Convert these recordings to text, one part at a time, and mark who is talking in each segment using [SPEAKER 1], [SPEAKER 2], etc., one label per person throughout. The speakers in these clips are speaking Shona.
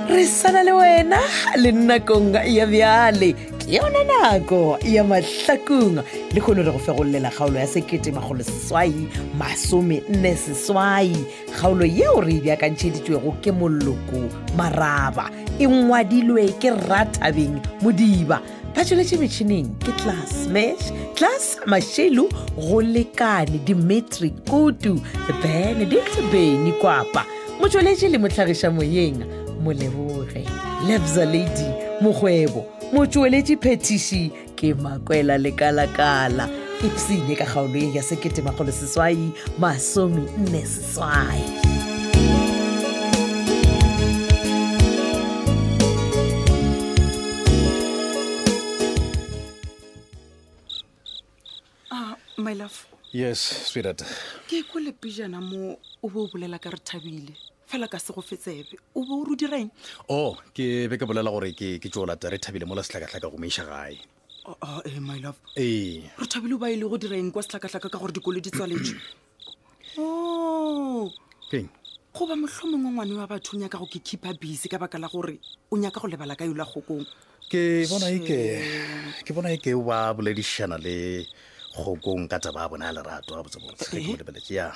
[SPEAKER 1] kopana le wena le nakong ya bjale ke yona nako ya mahlakong le kgone re go fegololela kgaolo ya sekete magolo seswai masome nne seswai kgaolo yeo re ebjakantšheditšwego ke moloko maraba e ngwadilwe ke ratabeng modiba ba tsweletše metšhineng ke class mash class mashelu go lekane dimetri kutu benedict beny kwapa motsweletše le motlhagiša moyeng moleboge lebza lady mokgwebo motsweletše phetiši ke makwela lekalakala epsene ka kgaolo ye ya seketemagolo seswai masome nne seswai
[SPEAKER 2] Ah, my love
[SPEAKER 3] yes sweetat
[SPEAKER 2] ke ko le pejana mo o be o bolela ka re thabile fela ka se go fetsebe o be o re o direng
[SPEAKER 3] o Oh, ke be ke bolela gore ke ke tsolata re thabile mola setlhakatlhaka go meiša gae
[SPEAKER 2] Ah, ah, eh, my love
[SPEAKER 3] ee
[SPEAKER 2] re thabile o ba e le go direng kwa setlhakatlhaka ka gore dikolo di tswaletswe o
[SPEAKER 3] keng
[SPEAKER 2] goba Oh, mohlomongwe ngwane wa batho o nyaka go ke keepa busy ka baka la gore o nyaka go lebala ka yola kgokong
[SPEAKER 3] ke bona eke ke bona eke wa boledišana le kgokong ka taba a bona ya lerato a botsebotse ge
[SPEAKER 2] Eh?
[SPEAKER 3] ke o lebeletse ya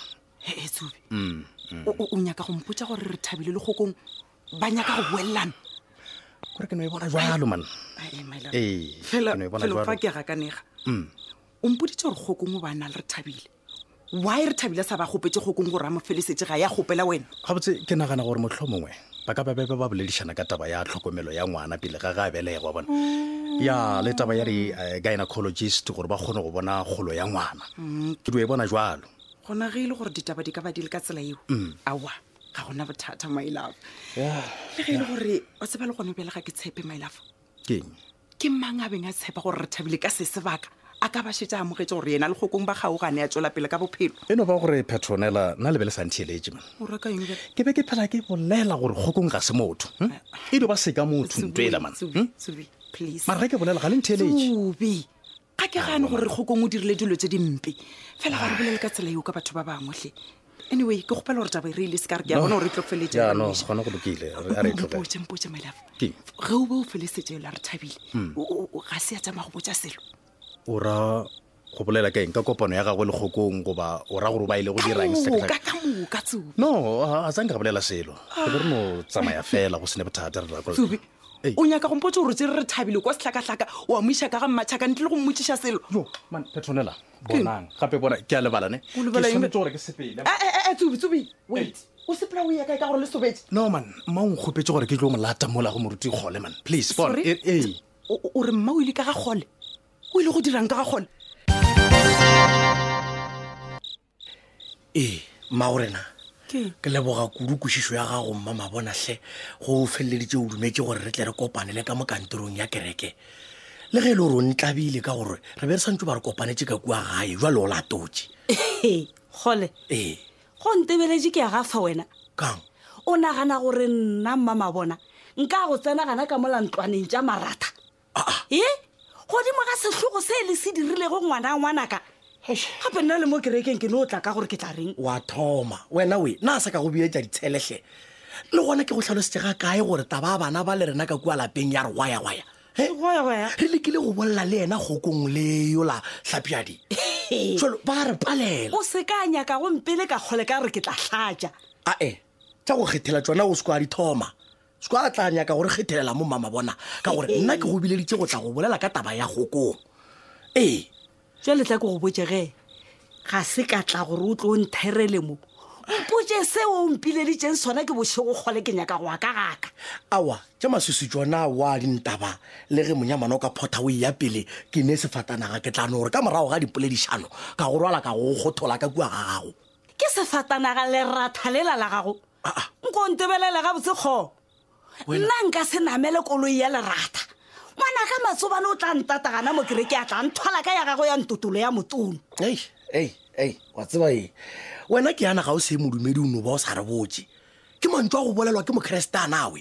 [SPEAKER 3] Mm.
[SPEAKER 2] he e tsobe o o- o nyaka go mpotsa gore re thabile le kgokong ba nyaka go boelelana
[SPEAKER 3] kore ke no e bona jalo man
[SPEAKER 2] Ah, eh, my love.
[SPEAKER 3] ee ke
[SPEAKER 2] fela
[SPEAKER 3] no e bona Mm.
[SPEAKER 2] fela fa
[SPEAKER 3] jalo
[SPEAKER 2] ke gakanega o mpoditse gore kgokong o bana le re thabile why re thabile a sa ba gopetse kgokong gore a mo felesetse ga ya gopela wena
[SPEAKER 3] gabotse ke nagana gore motlho mongwe ba ka babebe ba boledišana ka taba ya tlhokomelo ya ngwana pele ga ga a belegwa bona ya le taba ya re gynecologist gore ba kgone go bona kgolo ya ngwana ke dio e bona jalo
[SPEAKER 2] gona ge e le gore ditaba di ka ba di le ka tsela eo
[SPEAKER 3] Mm.
[SPEAKER 2] aowa ga gona bothata mylove le ge e le gore o tseba le gone bjale ga ke tshepe mylove
[SPEAKER 3] keng
[SPEAKER 2] ke mang a beng a tshepa gore re thabile ka se sebaka a ka ba shetse a amogetse gore yena le kgokong ba kgaogane a tswela pele ka bophelo
[SPEAKER 3] e no ba gore petronela nna lebe le santheeletse man
[SPEAKER 2] o reka eng bjale?
[SPEAKER 3] ke be ke phela ke bolela gore kgokong ga se motho hm? e no ba seka motho ntoela man
[SPEAKER 2] Tsubi, Tsubi, please
[SPEAKER 3] mara re ke bolela ga hmm? le Ah, ntheeletse
[SPEAKER 2] tsobe ga ke gane gore kgokong o dirile dilo tse dimpe fela ga re bolele ka tsela eo ka batho ba bangwetlhe anyway ke gopela gore taba e reile se ka re ke ya bona gore e tlo
[SPEAKER 3] no gona go lokile a re e tlogele
[SPEAKER 2] feletsempotse melafa
[SPEAKER 3] Ke? Hmm.
[SPEAKER 2] ge o be o felesetse ela re thabile o- o- o- ga se ya tsamaya go botsa selo
[SPEAKER 3] o ra go bolela ka eng ka kopano ya gagwe le kgokong goba o ra gore o ba ile go dirang setlhakatlhaka?
[SPEAKER 2] ka kamoka tsobe
[SPEAKER 3] no a tsanke ka bolela selo ke be re no tsamaya fela go sene bothata re rako
[SPEAKER 2] tsobe
[SPEAKER 3] Ei.
[SPEAKER 2] o nyaka go mpotse gore tse re re thabile kwa setlhakatlhaka wa mo isa ka ga mmatšhaka ntle le go mmotsiša selo
[SPEAKER 3] petonela bonang gape bona ke a lebalane
[SPEAKER 2] O lebala eng?
[SPEAKER 3] Ke swanetše gore ke sepele
[SPEAKER 2] Eh, tsobe tsobe wait o sepela o ya kae ka gore le sobetse
[SPEAKER 3] no man mma o nkgopetse gore ke tlo molata mola go moruti kgole man please bona
[SPEAKER 2] Sorry?
[SPEAKER 3] e- ee
[SPEAKER 2] o o- o re mma o ile ka ga gole o ile go dirang ka ga gole
[SPEAKER 4] ee mma gorena
[SPEAKER 2] Ke?
[SPEAKER 4] E, ke leboga kudu kwešišo ya gago mma mabonatlhe go o feleleditše o dumetse gore re tle re kopanele ka mo kantorong ya kereke le ge e le gore o ntlabile ka gore re be re santse ba re kopanetse ka kua gae jwa le o latotse
[SPEAKER 5] ee gole
[SPEAKER 4] ee
[SPEAKER 5] go ntebeletše ke ya gafa wena
[SPEAKER 4] kang
[SPEAKER 5] o nagana gore nna mmama bona nka go tsena gana ka mola ntlwaneng tša maratha e godimo ga setlhogo se le se dirilego ngwana ngwanaka gape nna le mo kerekeng ke ne o tla ka gore ke tla reng
[SPEAKER 4] wa thoma wena oe na a sa ka go bietsa ditsheletlhe le gona ke go tlhalosetsega kae gore taba a bana ba le rena ka kua lapeng ya re waya-waya he
[SPEAKER 5] goyagoya
[SPEAKER 4] re lekile go bolla le ena kgokong le yola tlhapiadi jalo ba re palela
[SPEAKER 5] o se ka nyaka gompele ka kgole ka gore ke tla tlatša
[SPEAKER 4] ae tsa go kgethela tsona o sekwa di thoma sekwa a tla nyaka gore kgethelela mo mama bona ka gore nna ke go bileditse go tla go bolela ka taba ya kgokong ee
[SPEAKER 5] jale tla ke go botsege ga se ka tla gore o tlo o ntherele mo mpotse seo o mpileditseng sona ke bošego kgole ke nyaka go aka gaka
[SPEAKER 4] aowa tša maswiši tsona wa dintaba le ge monyamana o ka photha o eya pele ke ne sefatanaga ke tlano gore ka morago ga dipoledišano ka go rwala ka go kgothola ka kua ga gago
[SPEAKER 5] ke sefatanaga leratha lela la gago nko ntebelela ga botsekgo
[SPEAKER 4] Wena-
[SPEAKER 5] nna nka se namele koloi ya lerata ngwana ka matsobane o tla ntatagana mo kereke a tla nthwala ka ya gago ya ntotolo ya motono
[SPEAKER 4] ei ei ei wa tseba e wena ke yana ga o se modumedi o no ba o sa re botse ke mantswe a go bolelwa ke mokristanawe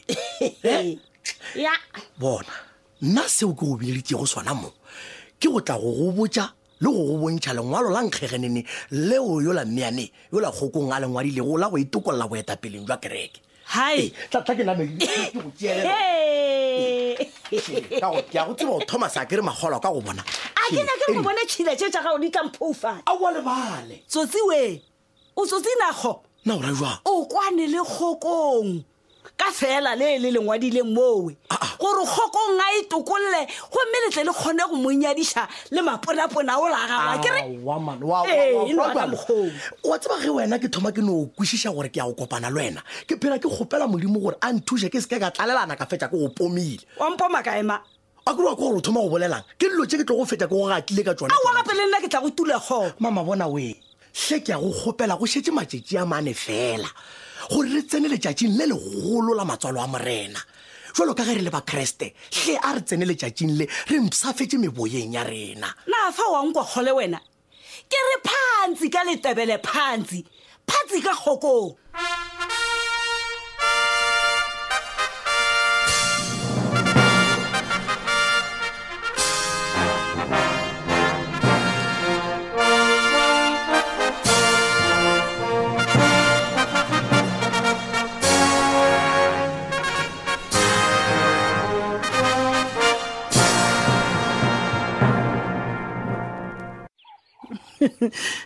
[SPEAKER 5] ya
[SPEAKER 4] bona nna seo ke go bileditse go sona mo ke go tla go go botja le go go bontšha lengwalo la nkgegenene leo yola mmeane yola kgokong a lengwadilego la go itokolola boetapeleng jwa kereke
[SPEAKER 2] hai
[SPEAKER 4] tlatla ke name ke go tseela
[SPEAKER 2] Hey.
[SPEAKER 4] ka go ke a go tseba o thomas a kere magolo ka go bona
[SPEAKER 2] a ke nyake go bone tšhile tše tša gago di tlamphoufane
[SPEAKER 4] aowa lebale
[SPEAKER 2] tsotsi we o tsotsi nago
[SPEAKER 4] nna o ra jwang
[SPEAKER 2] o kwane le kgokong ka fela le le lengwadileng moowe gore kgokong a itokolle gomme letle le kgone go monyadiša le maponapona o
[SPEAKER 4] Ah.
[SPEAKER 2] lagawa kere
[SPEAKER 4] Aowa, man, wa- wa-
[SPEAKER 2] Ee,
[SPEAKER 4] wa-
[SPEAKER 2] e loa
[SPEAKER 4] wa-
[SPEAKER 2] ka mokgong.
[SPEAKER 4] wa tseba ge wena ke thoma ke no o kwešiša gore ke a go kopana le wena ke phela ke kgopela modimo gore a nthuše ke se ke ka tlalelana ka fetša ke go pomile
[SPEAKER 2] wa mpoma kaema
[SPEAKER 4] a kere wa ke gore o thoma go bolelang ke dilo tse ke tlo go fetša ke go gatlile ka tsone
[SPEAKER 2] aowa gape le nna ke tla go tule kgoo
[SPEAKER 4] mama bona oe hle ke a go kgopela go šetse matšatši a mane fela gore re tsene letšatšing le legolo la matswalo a morena jalo ka ge re le bakreste hle a re tsene letšatšing le re mpsafetse meboyeng ya rena
[SPEAKER 2] na fa wa nkwa kgole wena ke re phantsi ka letebele phantsi phatsi ka kgokong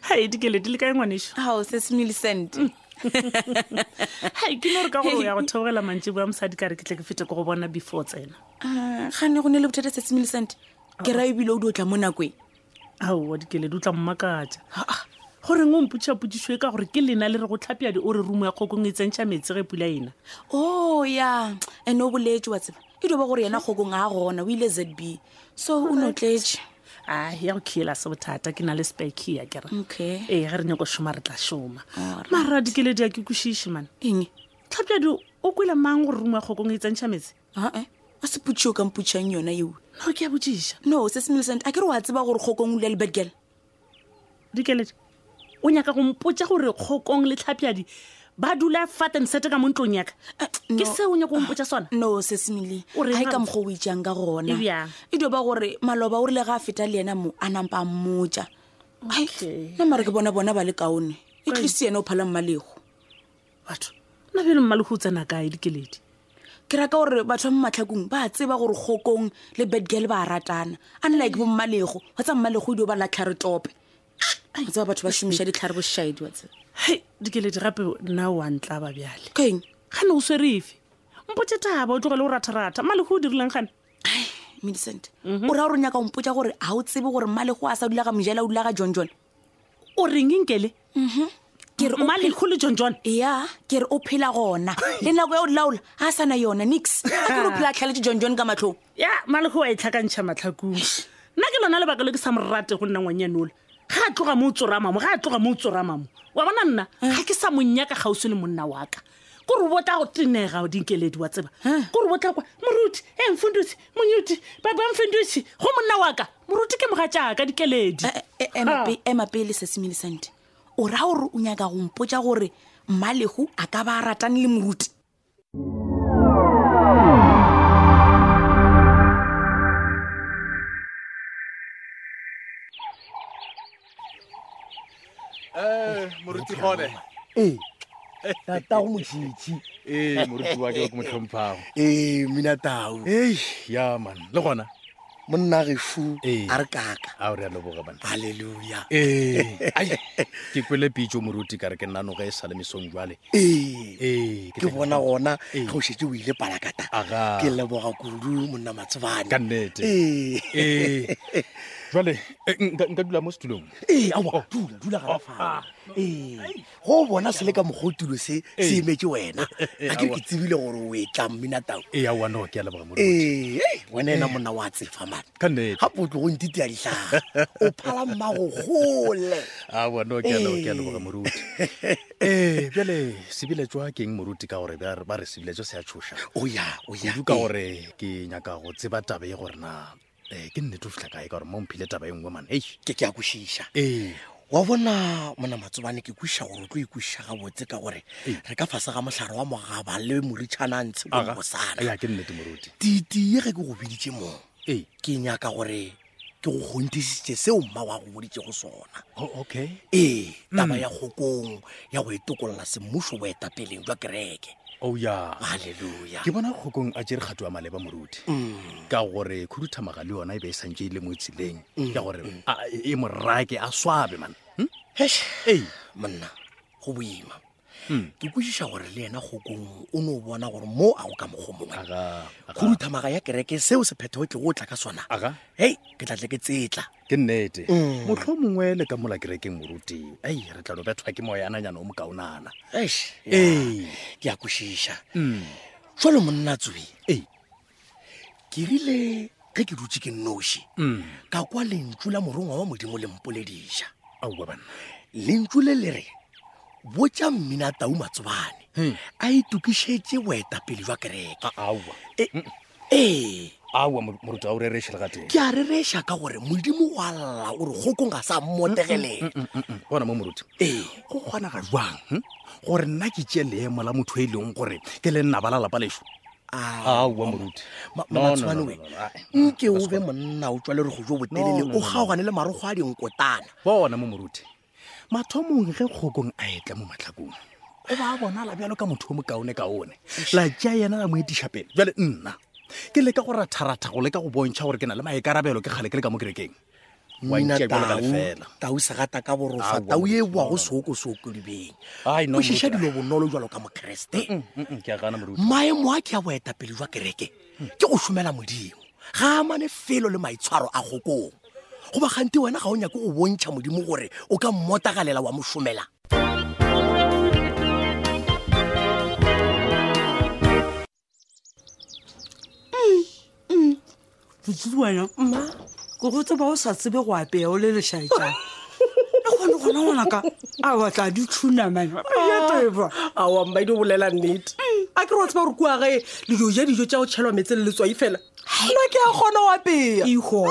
[SPEAKER 6] hai e dikele di le kae ngwaneso
[SPEAKER 7] gao se semilicent
[SPEAKER 2] Mm.
[SPEAKER 6] hai ke no re e ka gore o ya go theogela mantšibo a mosadi ka re ke tle ke fete ke go bona before tsena
[SPEAKER 7] Ah, gane go ne le bothata se semilicent ke
[SPEAKER 2] Ah.
[SPEAKER 7] ra ebile o di o tla mo nakoe
[SPEAKER 6] aowa dikele di o tla mmakatša
[SPEAKER 2] Ah,
[SPEAKER 6] goreng o mpotšhapotsišo e ka gore ke lena le re go tlhapeadi o re rumo ya kgokong e tsentšha metsi ge pula ena
[SPEAKER 7] o Oh, ya ande o boletse wa tseba e doba gore yena kgokong a gona o ile z b so o ne o tletse
[SPEAKER 6] a ya go khiela se bothata ke na le spekia ke re
[SPEAKER 7] okay
[SPEAKER 6] ee ge re nyako šoma re tla šoma
[SPEAKER 7] Alright.
[SPEAKER 6] mara dikeledi a ke kwešiše mane
[SPEAKER 7] eng
[SPEAKER 6] tlhapeadi o kwele mang gore rumo ya kgokong e tsentšha metsi
[SPEAKER 7] aa wa seputšio ka mputšhang yona eo
[SPEAKER 6] nao ke a botšiša
[SPEAKER 7] no se semilicent a ke re wa tseba gore kgokong o ile lebad girl
[SPEAKER 6] dikeledi o nyaka go mpotsa gore kgokong le tlhapeadi ba dula fat and sete ka mo ntlong yaka ke se o nyaka go mpotsa sona
[SPEAKER 7] Eh, no se semile
[SPEAKER 6] O reng
[SPEAKER 7] ga e ka
[SPEAKER 6] gape?
[SPEAKER 7] mokgwa o ijang ka gona
[SPEAKER 6] E bjang?
[SPEAKER 7] e dio ba gore maloba o rile ga a feta le ena mo a nampa a mmotja Ai,
[SPEAKER 6] Okay.
[SPEAKER 7] nna mare ke bona bona ba le kaone e tlise ene o phala mmalego
[SPEAKER 6] Mm, batho nna bjale mmalego o tsena kae e dikeledi
[SPEAKER 7] ke raka gore batho ba mo matlhakong ba tseba gore kgokong le bedgale ba ratana a nna ke bo mmalego wa tsa mmalego e dio ba latlhare tope o tseba batho ba šomiša ditlhare bošaedi wa tseba
[SPEAKER 6] hei dikeledi gape nna o a ntlaba bjale
[SPEAKER 7] keng
[SPEAKER 6] gane o swere efe mpotse taba o tlogele o ratharata mmalego o dirileng gane
[SPEAKER 7] millicent o raya gore o nyaka gompotsa gore ga o tsebe gore mmalego a sa dula ga mojela o dula ga john john
[SPEAKER 6] o reng e enkele
[SPEAKER 7] ke re o
[SPEAKER 6] mmalego Mhm. le john john
[SPEAKER 7] ya ke re o phela gona le nako ya o laola ga a sana yona nix a kere o phela a tlhaletse john john ka matlhong
[SPEAKER 6] ya mmalego wa e tlhakantšha matlhakong nna ke lona lebaka le ke sa morate go nna ngwanyanola ga a tloga mo o tsoramamo ga a tloga mo o tsoramamo wa bona nna
[SPEAKER 8] Eh.
[SPEAKER 6] ga ke sa monyaka kgauswi le monna wa ka kore o botla go tenega dinkeledi wa tseba
[SPEAKER 8] Eh.
[SPEAKER 6] kore o botla kwa moruti e mfundutsi monyuti baba mfundutsi go monna wa ka moruti ke moga jaaka dikeledi
[SPEAKER 7] Eh, eh, eh, ema pe- ema pele sesimilesente o raya gore o nyaka gompotsa gore mmalego a ka ba a ratane le moruti
[SPEAKER 3] Eh, moruti gone Eh,
[SPEAKER 4] ee tatago motšhitšhi
[SPEAKER 3] ee E, moruti wa ke o ke motlhomphago
[SPEAKER 4] ee minatao
[SPEAKER 3] ei ya man le gona
[SPEAKER 4] monna gefu
[SPEAKER 3] Ee.
[SPEAKER 4] a re kaka
[SPEAKER 3] a o re a leboga bana
[SPEAKER 4] halleluja
[SPEAKER 3] Eh. ee ai, ke kwele pitso moruti ka re ke nanoge e sa le mesong jale Eh,
[SPEAKER 4] ee
[SPEAKER 3] ee
[SPEAKER 4] Eh, ke bona gona
[SPEAKER 3] Ee.
[SPEAKER 4] ge o šetse o ile palakata
[SPEAKER 3] Eh. Aga.
[SPEAKER 4] ke leboga kudu monna Eh. matsebane
[SPEAKER 3] Ka nnete. Eh.
[SPEAKER 4] ee
[SPEAKER 3] ee jale eh, nka nka dula mo setulong
[SPEAKER 4] ee aa Eh, dula dula
[SPEAKER 3] Oh,
[SPEAKER 4] gara
[SPEAKER 3] ah.
[SPEAKER 4] fao ee Eh, go o bona se le ka mogotulo se se
[SPEAKER 3] Eh.
[SPEAKER 4] emetse wena a ke ke tsebile gore o e tla mminatao
[SPEAKER 3] ee a wanoo ke a leboga moruti
[SPEAKER 4] ee ei, wena
[SPEAKER 3] Eh.
[SPEAKER 4] ena monna wa tsefa mane
[SPEAKER 3] ka nnete
[SPEAKER 4] gape o tlo go ntite ya ditlhaga o phala mmago gole
[SPEAKER 3] a wanoo oh, ke a lebo- ke a leboga moruti ee bjale sebiletswa ke eng moruti ka gore ba re- ba re sebiletswa se a tshoša
[SPEAKER 4] o ya o ya
[SPEAKER 3] kudu ka gore ke nyaka go tseba taba e gore na um ke nnete o fitlha kae ka gore mo mphile taba e nngwe man ei
[SPEAKER 4] ke ke a kwešiša
[SPEAKER 3] ee
[SPEAKER 4] wa bona mona matsobane ke kweša gore o tlo ikweša gabotse ka gore re ka fase ga motlhare wa mogaba le moritšhana ntshe
[SPEAKER 3] Eh. aga
[SPEAKER 4] bosana
[SPEAKER 3] ya ke nnete moruti
[SPEAKER 4] titie ge ke go biditše moo
[SPEAKER 3] ee
[SPEAKER 4] ke nyaka gore ke go kgonthisitše seo mma wa go boditše go sona
[SPEAKER 3] o- okay Mm.
[SPEAKER 4] ee taba ya kgokong ya go itokolola semmušo boetapeleng jwa kereke
[SPEAKER 3] o Oh, ya
[SPEAKER 4] halleluja
[SPEAKER 3] ke bona kgokong a jere kgato ya maleba moruti
[SPEAKER 4] Mm.
[SPEAKER 3] ka gore khuduthamaga le yona e be e santse e le mo tseleng ka gore a- e morake a swabe man Hmm?
[SPEAKER 4] ee monna go boima
[SPEAKER 3] Hmm.
[SPEAKER 4] ke kwešiša gore le yena kgokong o ne o bona gore mo a o ka mogo mongwe khuduthamaga ya kereke seo sephetho o tle go tla ka sona
[SPEAKER 3] Aga.
[SPEAKER 4] hei ke tlatle ke tsetla
[SPEAKER 3] ke nnete motlho mongwe le ka mola kerekeng moruti ai re tla no bethwa ke moyananyana o mokaonana
[SPEAKER 4] Eish, ya,
[SPEAKER 3] Ee.
[SPEAKER 4] ke a kwešiša
[SPEAKER 3] Mm.
[SPEAKER 4] jalo monna tswe
[SPEAKER 3] Ee.
[SPEAKER 4] ke rile ge ke dutse ke nnoši
[SPEAKER 3] Hmm.
[SPEAKER 4] ka kwa lentšu la morongwa wa modimo le mpolediša
[SPEAKER 3] aowa banna
[SPEAKER 4] lentšu le le re botja mmina tau matsobane a itokišetse boetapele jwa kereke
[SPEAKER 3] Hmm. A- mm. aowa
[SPEAKER 4] ee
[SPEAKER 3] aowa mor- moruti a o rerešhe le ga teng
[SPEAKER 4] ke a rereša ka gore modimo wa lla gore kgokong a sa mmotegelela
[SPEAKER 3] Mm, bona mo moruti
[SPEAKER 4] ee
[SPEAKER 3] go kgonaga jwang hm? gore nna ke tee leemo la motho e leng gore ke le nnaba la lapa leso aowa moruti
[SPEAKER 4] Ma-
[SPEAKER 3] No, no,
[SPEAKER 4] mamatshwane
[SPEAKER 3] no,
[SPEAKER 4] we
[SPEAKER 3] no, no, ae.
[SPEAKER 4] nke o be monna o tswa le re go jo
[SPEAKER 3] No, no,
[SPEAKER 4] botelele o
[SPEAKER 3] no, no.
[SPEAKER 4] kgaogane le marogo a dinkotana
[SPEAKER 3] bona mo moruti mathomong ge kgokong a etla mo matlhakong o ba a bonala bjalo ka motho o mokaone kaone la tšea yena la mo etiša pele jale nna ke leka go ratharatha go leka go bontšha gore ke na le maikarabelo ke kgale ke le ka mo kerekeng Wa
[SPEAKER 4] Mmina
[SPEAKER 3] ntšea bjalo ka lefela.
[SPEAKER 4] tau- tau segata ka borofa
[SPEAKER 3] Aowa,
[SPEAKER 4] tau e
[SPEAKER 3] moruti,
[SPEAKER 4] boago
[SPEAKER 3] no, no.
[SPEAKER 4] seokoseoko dibeng
[SPEAKER 3] Ai,
[SPEAKER 4] o
[SPEAKER 3] no,
[SPEAKER 4] šiša
[SPEAKER 3] moruti,
[SPEAKER 4] dilo bonolo jalo ka mokeresete
[SPEAKER 3] Mm, ke a gana moruti
[SPEAKER 4] maemo a ke a boetapele jwa kereke ke go šomela modimo ga amane felo le maitshwaro a kgokong goba gante wena ga o nyake go bontšha modimo gore o ka mmotagalela wa mošomela
[SPEAKER 2] botsedi wena mma ke go tseba o sa tsebe go apea o le lešhaetšang e kgone gona ngwanaka a batla di thunamanyateba
[SPEAKER 8] aamma di bolela nnete a ke re o tseba gore kua gae le dio ja dijo tja go tšhelwa metseng letswai fela nna ke a kgona go apea
[SPEAKER 2] igo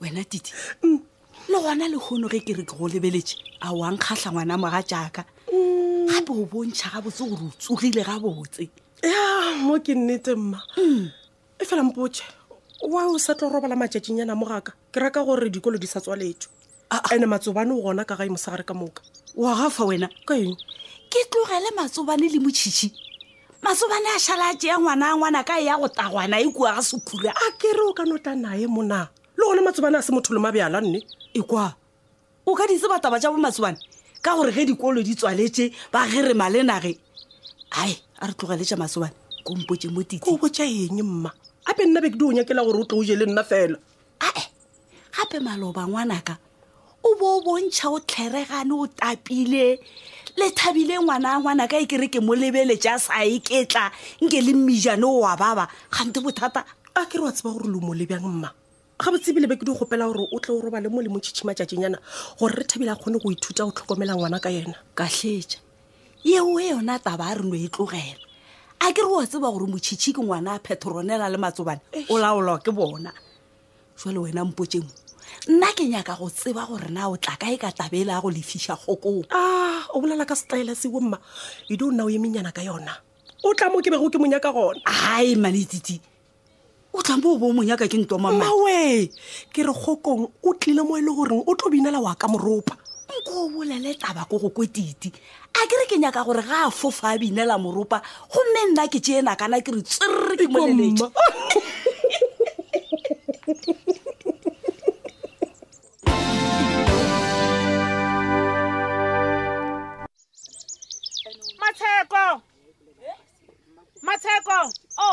[SPEAKER 2] wena tite le gona lekgono ge ke re ke go lebeletse a wankgatlha ngwana moga jaaka gape o bontšha gabotse gore o tsogile gabotse
[SPEAKER 8] ya mo ke nnete mma e fela mpotše wa o sa tlo robala matšatšing yana mogaka ke raka gore dikolo di sa tswaletšwe ande matsobane o gona ka gae mosagare ka moka
[SPEAKER 2] wa gafa wena
[SPEAKER 8] ka eng
[SPEAKER 2] ke tlogele matsobane le motšhitšhi matsobane a šhala a tšea ngwana a ngwana ka e ya go tagwana e kua ga sekhura
[SPEAKER 8] a ke re o ka notla naye mona le gona matsobane a se motho le mabjala nne
[SPEAKER 2] ekwa e o ka ditse bataba tja bo matsobane ka gore ge dikolo di tswaletse ba gerema le nage ai a re tlogeletša matsobane kompotse mo
[SPEAKER 8] ko o
[SPEAKER 2] titsi
[SPEAKER 8] botja eng mma ape nna be ke di o nyakela gore o tlo o je le nna fela
[SPEAKER 2] ae gape maloba ngwanaka o bo o bontšha o tlheregane o tapile le thabile ngwana a ngwanaka e kere ke mo lebeletše a sa eketla nke le mmijane o wa baba gante bothata
[SPEAKER 8] a ke re wa tseba gore lomo le bjang mma ga botsebile be ke di gopela gore o tle o robale mo le motšhitšhima tšatšenyana gore re thabile a kgone go ithuta go tlhokomela ngwana ka yena
[SPEAKER 2] kahletša yeo e yona taba a re no e tlogela a ke re wa tseba gore motšhitšhi ke ngwana a phethoronela le matsobane o laolwa ke bona jale wena mpotsemo nna ke nyaka go tseba gore na o tla kae ka tabele ya go lefiša kgokong
[SPEAKER 8] a o bolela ka setlaela seo mma e dio nna o emenyana ka yona o tla mo ke bego ke monya ka gona
[SPEAKER 2] ae manetiti o tlampo o bo o monyaka ke ntomama
[SPEAKER 8] mmawe ke re kgokong o tlile mo e le goreng o tlo binela wa ka moropa
[SPEAKER 2] nko o bolele taba ko go kwetiti a ke re ke nyaka gore ga a fofa a binela moropa gomme nna ke tee nakana ke re tswerre ke moleletse
[SPEAKER 8] Mma.
[SPEAKER 6] matsheko matsheko o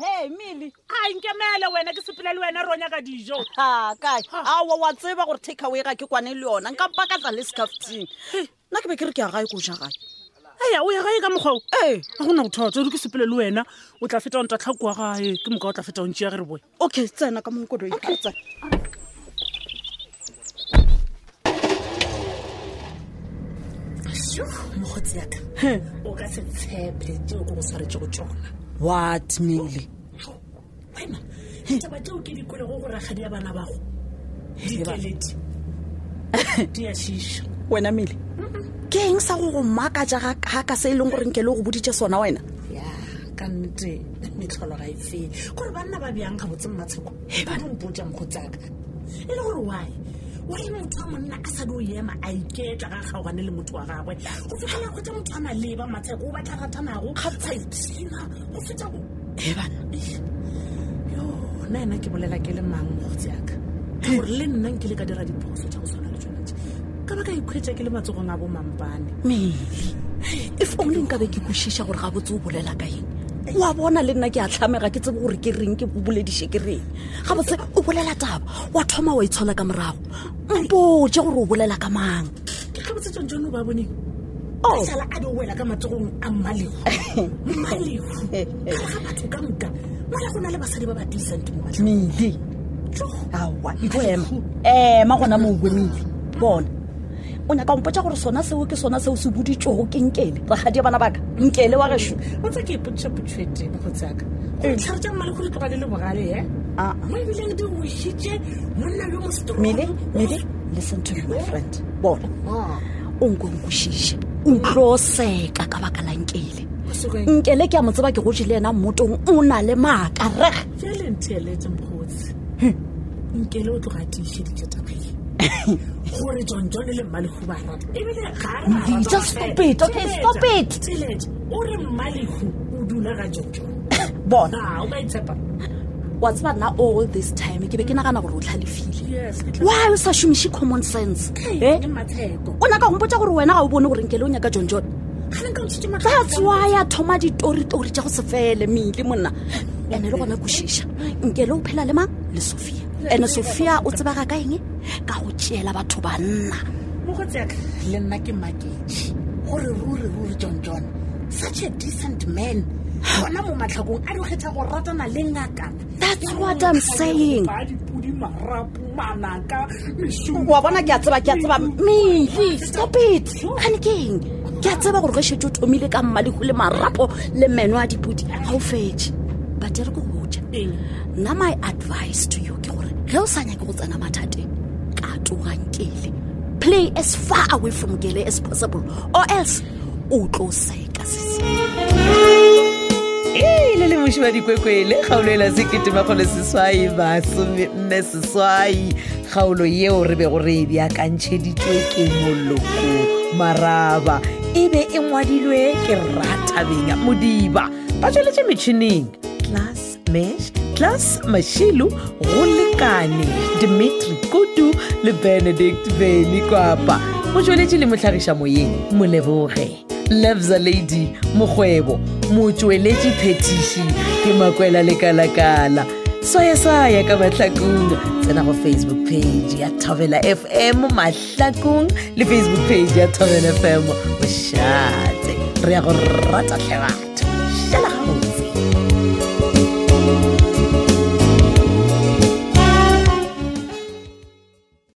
[SPEAKER 6] he mmele a nkemele wena ke sepela le wena ronya ka dijo
[SPEAKER 9] Ha, kae awa wa tseba gore take away ga ke kwane le yona nka mpakatla le scafting nna ke be ke re ke ya gae ko ja gae
[SPEAKER 6] ea o ya gae ka mokgwao
[SPEAKER 9] ee
[SPEAKER 6] a gona go thata ore ke sepele le wena o tla feta o nta tlhako wa gae ke moka o tla feta o ntšea gere boe
[SPEAKER 9] okay tsena ka monkodoe
[SPEAKER 10] mogotsi yaka o ka se tshepe teo ko go tshwaretse go tsona
[SPEAKER 9] what mele
[SPEAKER 10] wena taba teo ke dikolego go ragadi ya bana bago dikeledi di a šiša
[SPEAKER 9] wena mele ke eng sa go go makatsa ga ga ka se e leng goreng ke le go boditse sona wena
[SPEAKER 10] ya ka nnete metlholo ga e fele kore banna ba bjang ga botse mmatsheko ba nompotsa mogotsi aka e le gore wae
[SPEAKER 6] o eme motho wa monna a sa di o ema a iketla ga kgaogane le motho wa gagwe go fitlhela go tla motho a maleba matsheko o batla ratanago sa ipshina go feta
[SPEAKER 2] e bana
[SPEAKER 6] yona ena ke bolela ke le mang kgotsi aka ka gore le nna nkile ka dira diphoso tsa go tshwana le tsona tse ka ba ka ikhwetsa ke le matsogong a bo mampane
[SPEAKER 2] mele if only nka be ke kwešiša gore ga botse o bolela ka eng oa bona le nna ke a tlhamega ke tsebe gore ke reng ke bolediše ke reng ga botse o bolela taba wa thoma wa itshola ka morago mpotse gore o bolela ka mang
[SPEAKER 6] ke tlhobotse tsone tsone o ba boneng
[SPEAKER 2] Oh.
[SPEAKER 6] sala a di o wela ka matsogong a mmalego mmalego kare ga batho ka nka mola go na le basadi ba ba decent mo batho
[SPEAKER 2] mele aa ntho ema ema gona mowe mele bona o nyaka mpotsa gore sona seo ke sona seo se boditsego ke nkele ragadi ya bana baka nkele wa gešo
[SPEAKER 6] o tse ke ipotšiša potšo e teng go tsaka go tlhare tša mmale gore tloga le le bogale e
[SPEAKER 2] Ah.
[SPEAKER 6] mo ebileng di ošitše monna
[SPEAKER 2] mele
[SPEAKER 6] yo mosetoromele
[SPEAKER 2] mele listen to me my friend bona o nko nkwešiše o ntlo seka ka baka la nkele nkele ke a mo tseba ke goje le ena mmotong o na le maaka rega
[SPEAKER 6] fele ntheeletse mokgotsi nkele o tloga tišeditše tabae gore tsontsone le mmalego ba rata ebile ga a re ba
[SPEAKER 2] Mele,
[SPEAKER 6] rata
[SPEAKER 2] just
[SPEAKER 6] ba fela.
[SPEAKER 2] stop it, okay,
[SPEAKER 6] Tsheletša,
[SPEAKER 2] stop it.
[SPEAKER 6] tsheletša. o re mmalego o dula ka jojo
[SPEAKER 2] bona
[SPEAKER 6] a o ka itshepa
[SPEAKER 2] wa tseba nna all this time ke be ke nagana gore o tlhalefile
[SPEAKER 6] yes ke tla-
[SPEAKER 2] why o sa šomiše common sense
[SPEAKER 6] Hey,
[SPEAKER 2] Eh?
[SPEAKER 6] le matsheko
[SPEAKER 2] o nyaka gompotsa gore wena ga o bone gore nkele o nyaka john john
[SPEAKER 6] ga le nka ntšhitše matlho a
[SPEAKER 2] that's
[SPEAKER 6] tsona.
[SPEAKER 2] why a thoma ditoritori tša go se fele mele monna
[SPEAKER 6] Eh.
[SPEAKER 2] ande le gona kwešiša nkele o phela le mang le sophia and sophia o tseba ga ka eng ka go tšeela batho banna
[SPEAKER 6] mogotseka le nna ke maketše gore ruri ruri john john such a decent man gona mo matlhakong a di kgetha go ratana le ngakana
[SPEAKER 2] That's what I'm saying.
[SPEAKER 6] Ba dipudi marapo manaka mesum
[SPEAKER 2] wa bona ke a tseba ke a tseba mele stop it gane ke eng ke a tseba gore ge shetse o thomile ka mmalehu le marapo le meno a dipudi ga o fetse but e re ko goja nna my advice to you ke gore ge o sa nyake go tsena mathateng ka togankele play as far away from kele as possible or else o tlo seka sese
[SPEAKER 4] ee le le moši wa dikwekwele kgaolo ela seketemakgolo seswai masomenne seswai kgaolo yeo re bego re e bjakantšheditšwe ke moloko maraba e be e ngwadilwe ke ratabeng ya modiba ba tsweletše metšhineng class mesh class mašilo go lekane dimitri kutu le benedict beny kwapa motsweletše le motlhagiša moyeng moleboge levza lady mokgwebo motsweletše phetiši ke makwela lekalakala swayaswaya ka mahlakong tsena go facebook page ya thobela fm mahlakong le facebook page ya thobela fm bošate re ya go ratatlhe batho šala gagolo